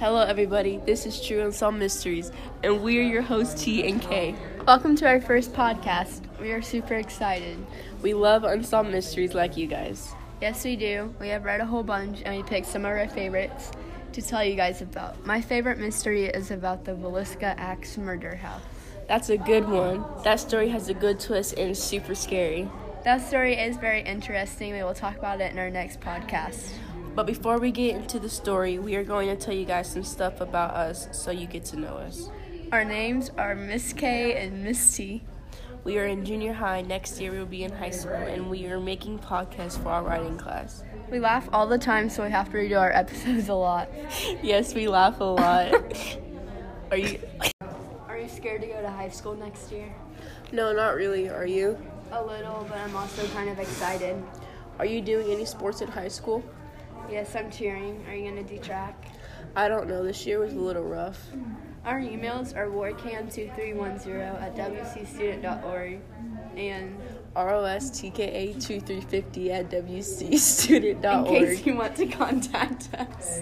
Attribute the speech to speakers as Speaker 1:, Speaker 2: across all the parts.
Speaker 1: everybody. This is True Unsolved Mysteries, and we are your hosts, T and K.
Speaker 2: Welcome to our first podcast. We are super excited.
Speaker 1: We love unsolved mysteries like you guys.
Speaker 2: Yes, we do. We have read a whole bunch and we picked some of our favorites to tell you guys about. My favorite mystery is about the Velisca Axe murder house.
Speaker 1: That's a good one. That story has a good twist and is super scary.
Speaker 2: That story is very interesting. We will talk about it in our next podcast.
Speaker 1: But before we get into the story, we are going to tell you guys some stuff about us so you get to know us.
Speaker 2: Our names are Miss K and Miss T.
Speaker 1: We are in junior high, next year we will be in high school, and we are making podcasts for our writing class.
Speaker 2: We laugh all the time, so we have to redo our episodes a lot.
Speaker 1: Yes, we laugh a lot. are you?
Speaker 2: Are you scared to go to high school next year?
Speaker 1: No, not really. Are you?
Speaker 2: A little, but I'm also kind of excited.
Speaker 1: Are you doing any sports in high school?
Speaker 2: Yes, I'm cheering. Are you going to do track?
Speaker 1: I don't know. This year was a little rough.
Speaker 2: Our emails are warcam2310 at wcstudent.org and
Speaker 1: ROSTKA2350 at
Speaker 2: in case
Speaker 1: WCstudent.org.
Speaker 2: you want to contact us.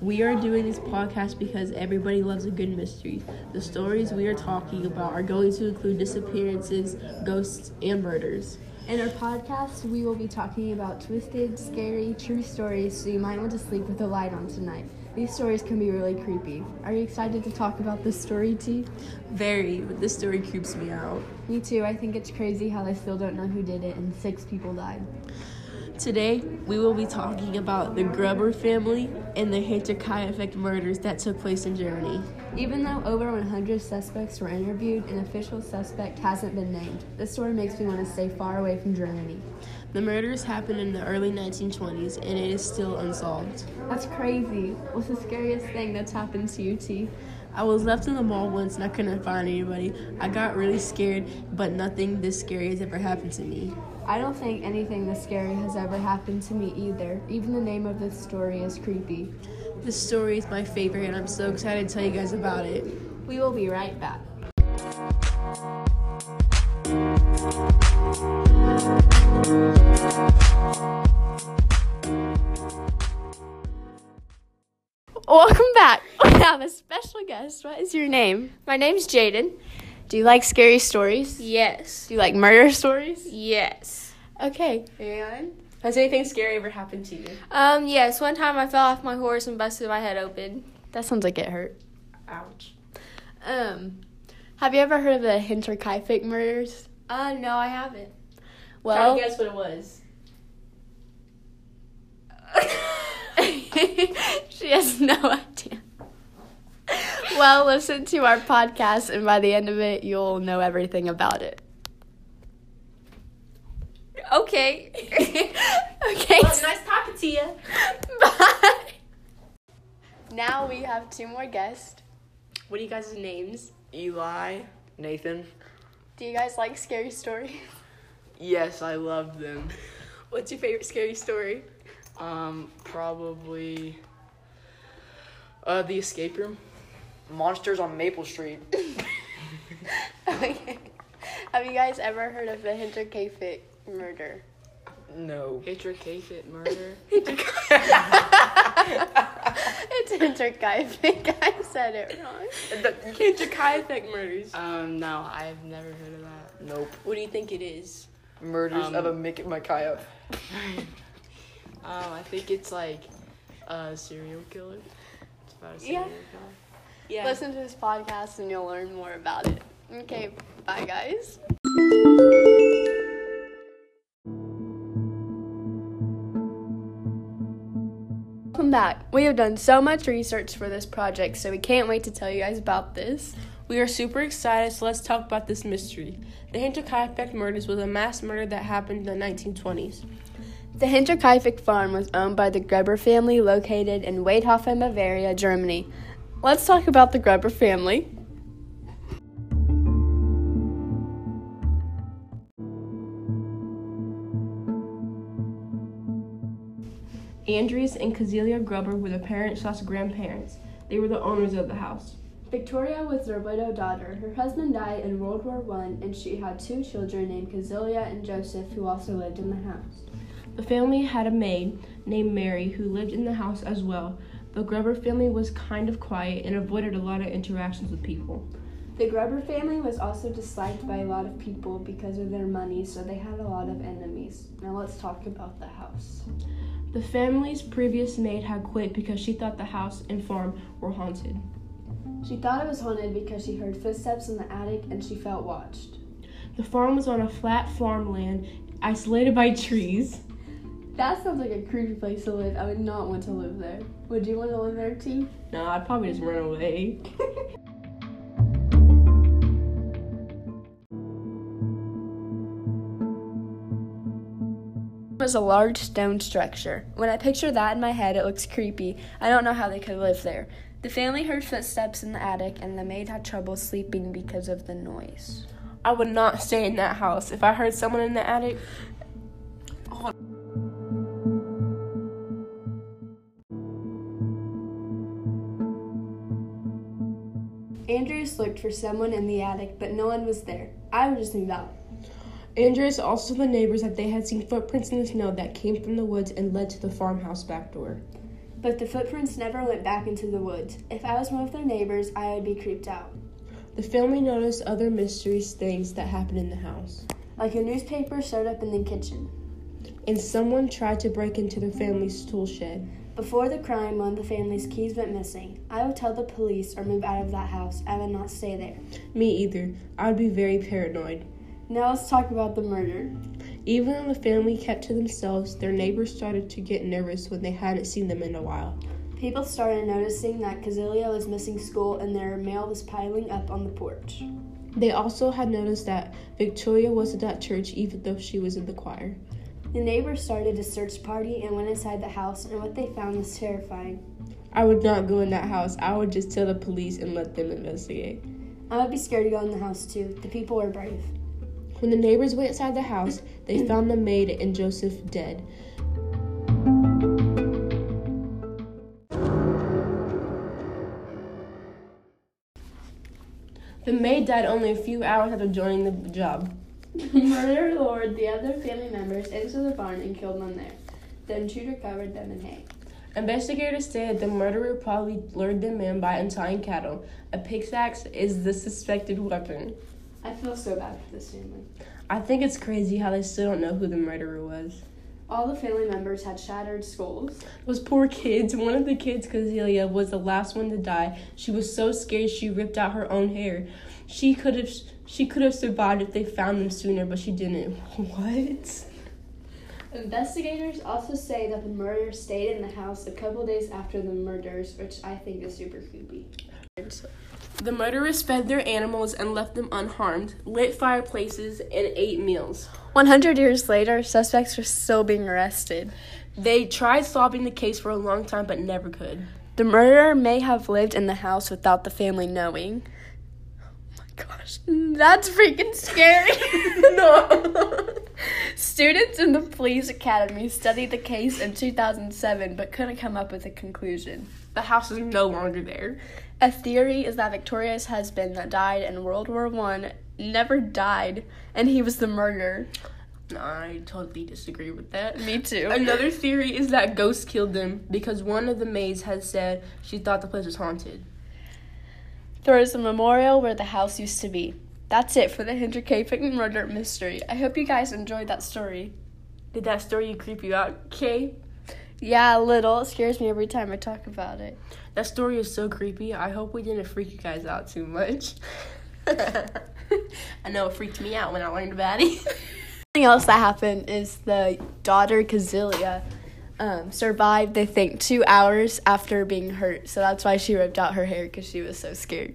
Speaker 1: We are doing this podcast because everybody loves a good mystery. The stories we are talking about are going to include disappearances, ghosts, and murders.
Speaker 3: In our podcast, we will be talking about twisted, scary, true stories, so you might want to sleep with the light on tonight. These stories can be really creepy. Are you excited to talk about this story, T?
Speaker 1: Very, but this story creeps me out.
Speaker 3: Me too. I think it's crazy how they still don't know who did it and six people died.
Speaker 1: Today, we will be talking about the Grubber family and the Hitchcock effect murders that took place in Germany.
Speaker 3: Even though over 100 suspects were interviewed, an official suspect hasn't been named. This story makes me want to stay far away from Germany.
Speaker 1: The murders happened in the early 1920s and it is still unsolved.
Speaker 3: That's crazy. What's the scariest thing that's happened to you, T?
Speaker 1: I was left in the mall once and I couldn't find anybody. I got really scared, but nothing this scary has ever happened to me.
Speaker 3: I don't think anything this scary has ever happened to me either. Even the name of this story is creepy.
Speaker 1: This story is my favorite and I'm so excited to tell you guys about it.
Speaker 3: We will be right back.
Speaker 2: Welcome back. We have a
Speaker 3: Special guest, what is your name?
Speaker 2: My name's Jaden.
Speaker 3: Do you like scary stories?
Speaker 2: Yes.
Speaker 3: Do you like murder stories?
Speaker 2: Yes.
Speaker 3: Okay.
Speaker 2: And?
Speaker 1: Has anything scary ever happened to you?
Speaker 2: Um, yes, one time I fell off my horse and busted my head open.
Speaker 3: That sounds like it hurt.
Speaker 1: Ouch.
Speaker 3: Um, have you ever heard of the Hinterkaifeck murders?
Speaker 2: Uh, no, I haven't.
Speaker 1: Try
Speaker 3: Well,
Speaker 1: to guess what it was.
Speaker 3: she has no idea. Well, listen to our podcast, and by the end of it, you'll know everything about it.
Speaker 2: Okay.
Speaker 3: Okay.
Speaker 1: Oh, nice talking to you.
Speaker 3: Bye. Now we have two more guests.
Speaker 1: What are you guys' names?
Speaker 4: Eli, Nathan.
Speaker 3: Do you guys like scary stories?
Speaker 4: Yes, I love them.
Speaker 1: What's your favorite scary story?
Speaker 4: Um, probably uh the escape room. Monsters on Maple Street.
Speaker 3: Okay. Have you guys ever heard of the Hinterkaifeck murder?
Speaker 4: No. Hitcher K-Fit murder.
Speaker 3: It's Hinterkaifeck. I said it wrong.
Speaker 1: Hitchcock effect murders.
Speaker 4: um, no, I've never heard of that. Nope.
Speaker 1: What do you think it is?
Speaker 4: Murders of a Mickey Micaiah. um, I think it's like a serial killer. It's about a serial killer.
Speaker 1: Yeah.
Speaker 3: Listen to this podcast, and you'll learn more about it. Okay. Bye, guys.
Speaker 2: Welcome back. We have done so much research for this project, so we can't wait to tell you guys about this.
Speaker 1: We are super excited, so let's talk about this mystery. The Hinterkaifeck effect murders was a mass murder that happened in the 1920s.
Speaker 2: The Hinterkaifeck farm was owned by the Greber family located in Weidhofen, Bavaria, Germany. Let's talk about the Greber family.
Speaker 1: Andreas and Cazelia Gruber were the parents slash grandparents. They were the owners of the house.
Speaker 2: Victoria was their widowed daughter. Her husband died in World War One, and she had two children named Cazilia and Joseph, who also lived in the house.
Speaker 1: The family had a maid named Mary who lived in the house as well. The Grubber family was kind of quiet and avoided a lot of interactions with people.
Speaker 3: The Grubber family was also disliked by a lot of people because of their money, so they had a lot of enemies. Now let's talk about the house.
Speaker 1: The family's previous maid had quit because she thought the house and farm were haunted.
Speaker 3: She thought it was haunted because she heard footsteps in the attic and she felt watched.
Speaker 1: The farm was on a flat farmland, isolated by trees.
Speaker 3: That sounds like a creepy place to live. I would not want to live there. Would you want to live there, T?
Speaker 1: No, I'd probably just run away.
Speaker 2: was a large stone structure. When I picture that in my head, it looks creepy. I don't know how they could live there. The family heard footsteps in the attic, and the maid had trouble sleeping because of the noise.
Speaker 1: I would not stay in that house. If I heard someone in the attic,
Speaker 3: Andrews looked for someone in the attic, but no one was there. I would just move out.
Speaker 1: Andrews also told the neighbors that they had seen footprints in the snow that came from the woods and led to the farmhouse back door.
Speaker 3: But the footprints never went back into the woods. If I was one of their neighbors, I would be creeped out.
Speaker 1: The family noticed other mysterious things that happened in the house,
Speaker 3: Like a newspaper showed up in the kitchen.
Speaker 1: and someone tried to break into the family's tool shed.
Speaker 3: Before the crime, one of the family's keys went missing. I would tell the police or move out of that house. I would not stay there.
Speaker 1: Me either. I would be very paranoid.
Speaker 3: Now let's talk about the murder.
Speaker 1: Even though the family kept to themselves, their neighbors started to get nervous when they hadn't seen them in a while.
Speaker 3: People started noticing that Kazilia was missing school and their mail was piling up on the porch.
Speaker 1: They also had noticed that Victoria wasn't at church even though she was in the choir.
Speaker 3: The neighbors started a search party and went inside the house, and what they found was terrifying.
Speaker 1: I would not go in that house. I would just tell the police and let them investigate.
Speaker 3: I would be scared to go in the house too. The people were brave.
Speaker 1: When the neighbors went inside the house, they found the maid and Joseph dead. The maid died only a few hours after joining the job.
Speaker 3: Murder lured the other family members into the barn and killed them there. The intruder covered them in hay.
Speaker 1: Investigators say that the murderer probably lured them in by untying cattle. A pig's axe is the suspected weapon.
Speaker 3: I feel so bad for this family.
Speaker 1: I think it's crazy how they still don't know who the murderer was.
Speaker 3: All the family members had shattered skulls.
Speaker 1: Those poor kids. One of the kids, Cazelia, was the last one to die. She was so scared she ripped out her own hair. She could have she could have survived if they found them sooner, but she didn't. What?
Speaker 3: Investigators also say that the murderer stayed in the house a couple days after the murders, which I think is super creepy.
Speaker 1: The murderers fed their animals and left them unharmed, lit fireplaces, and ate meals.
Speaker 2: 100 years later, suspects are still being arrested.
Speaker 1: They tried solving the case for a long time but never could.
Speaker 2: The murderer may have lived in the house without the family knowing. Oh my gosh, that's freaking scary. no. Students in the police academy studied the case in 2007 but couldn't come up with a conclusion.
Speaker 1: The house is no longer there.
Speaker 2: A theory is that Victoria's husband that died in World War One never died and he was the murderer.
Speaker 1: I totally disagree with that.
Speaker 2: Me too.
Speaker 1: Another theory is that ghosts killed them because one of the maids had said she thought the place was haunted.
Speaker 2: There is a memorial where the house used to be. That's it for the Hendrick K. Pickman murder mystery. I hope you guys enjoyed that story.
Speaker 1: Did that story creep you out, Kay?
Speaker 2: Yeah, a little. It scares me every time I talk about it.
Speaker 1: That story is so creepy. I hope we didn't freak you guys out too much. I know it freaked me out when I learned about it.
Speaker 2: Something else that happened is the daughter Kazilia um, survived, they think, two hours after being hurt. So that's why she ripped out her hair because she was so scared.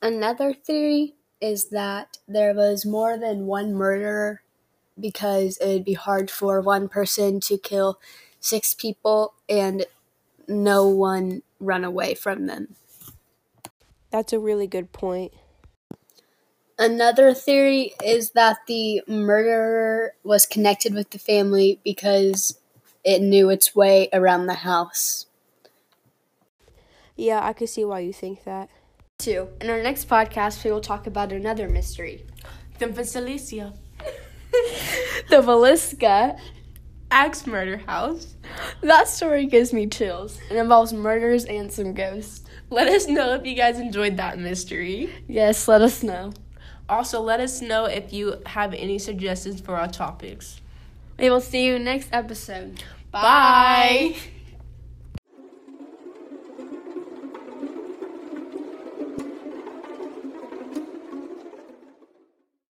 Speaker 2: Another theory is that there was more than one murderer because it would be hard for one person to kill six people and no one run away from them.
Speaker 1: That's a really good point.
Speaker 2: Another theory is that the murderer was connected with the family because it knew its way around the house.
Speaker 1: Yeah, I could see why you think that.
Speaker 2: Two. In our next podcast, we will talk about another mystery.
Speaker 1: The Vasilicia.
Speaker 3: the Velisca.
Speaker 1: Axe murder house.
Speaker 3: That story gives me chills. It involves murders and some ghosts.
Speaker 1: Let us know if you guys enjoyed that mystery.
Speaker 3: Yes, let us know.
Speaker 1: Also, let us know if you have any suggestions for our topics.
Speaker 3: We will see you next episode.
Speaker 1: Bye.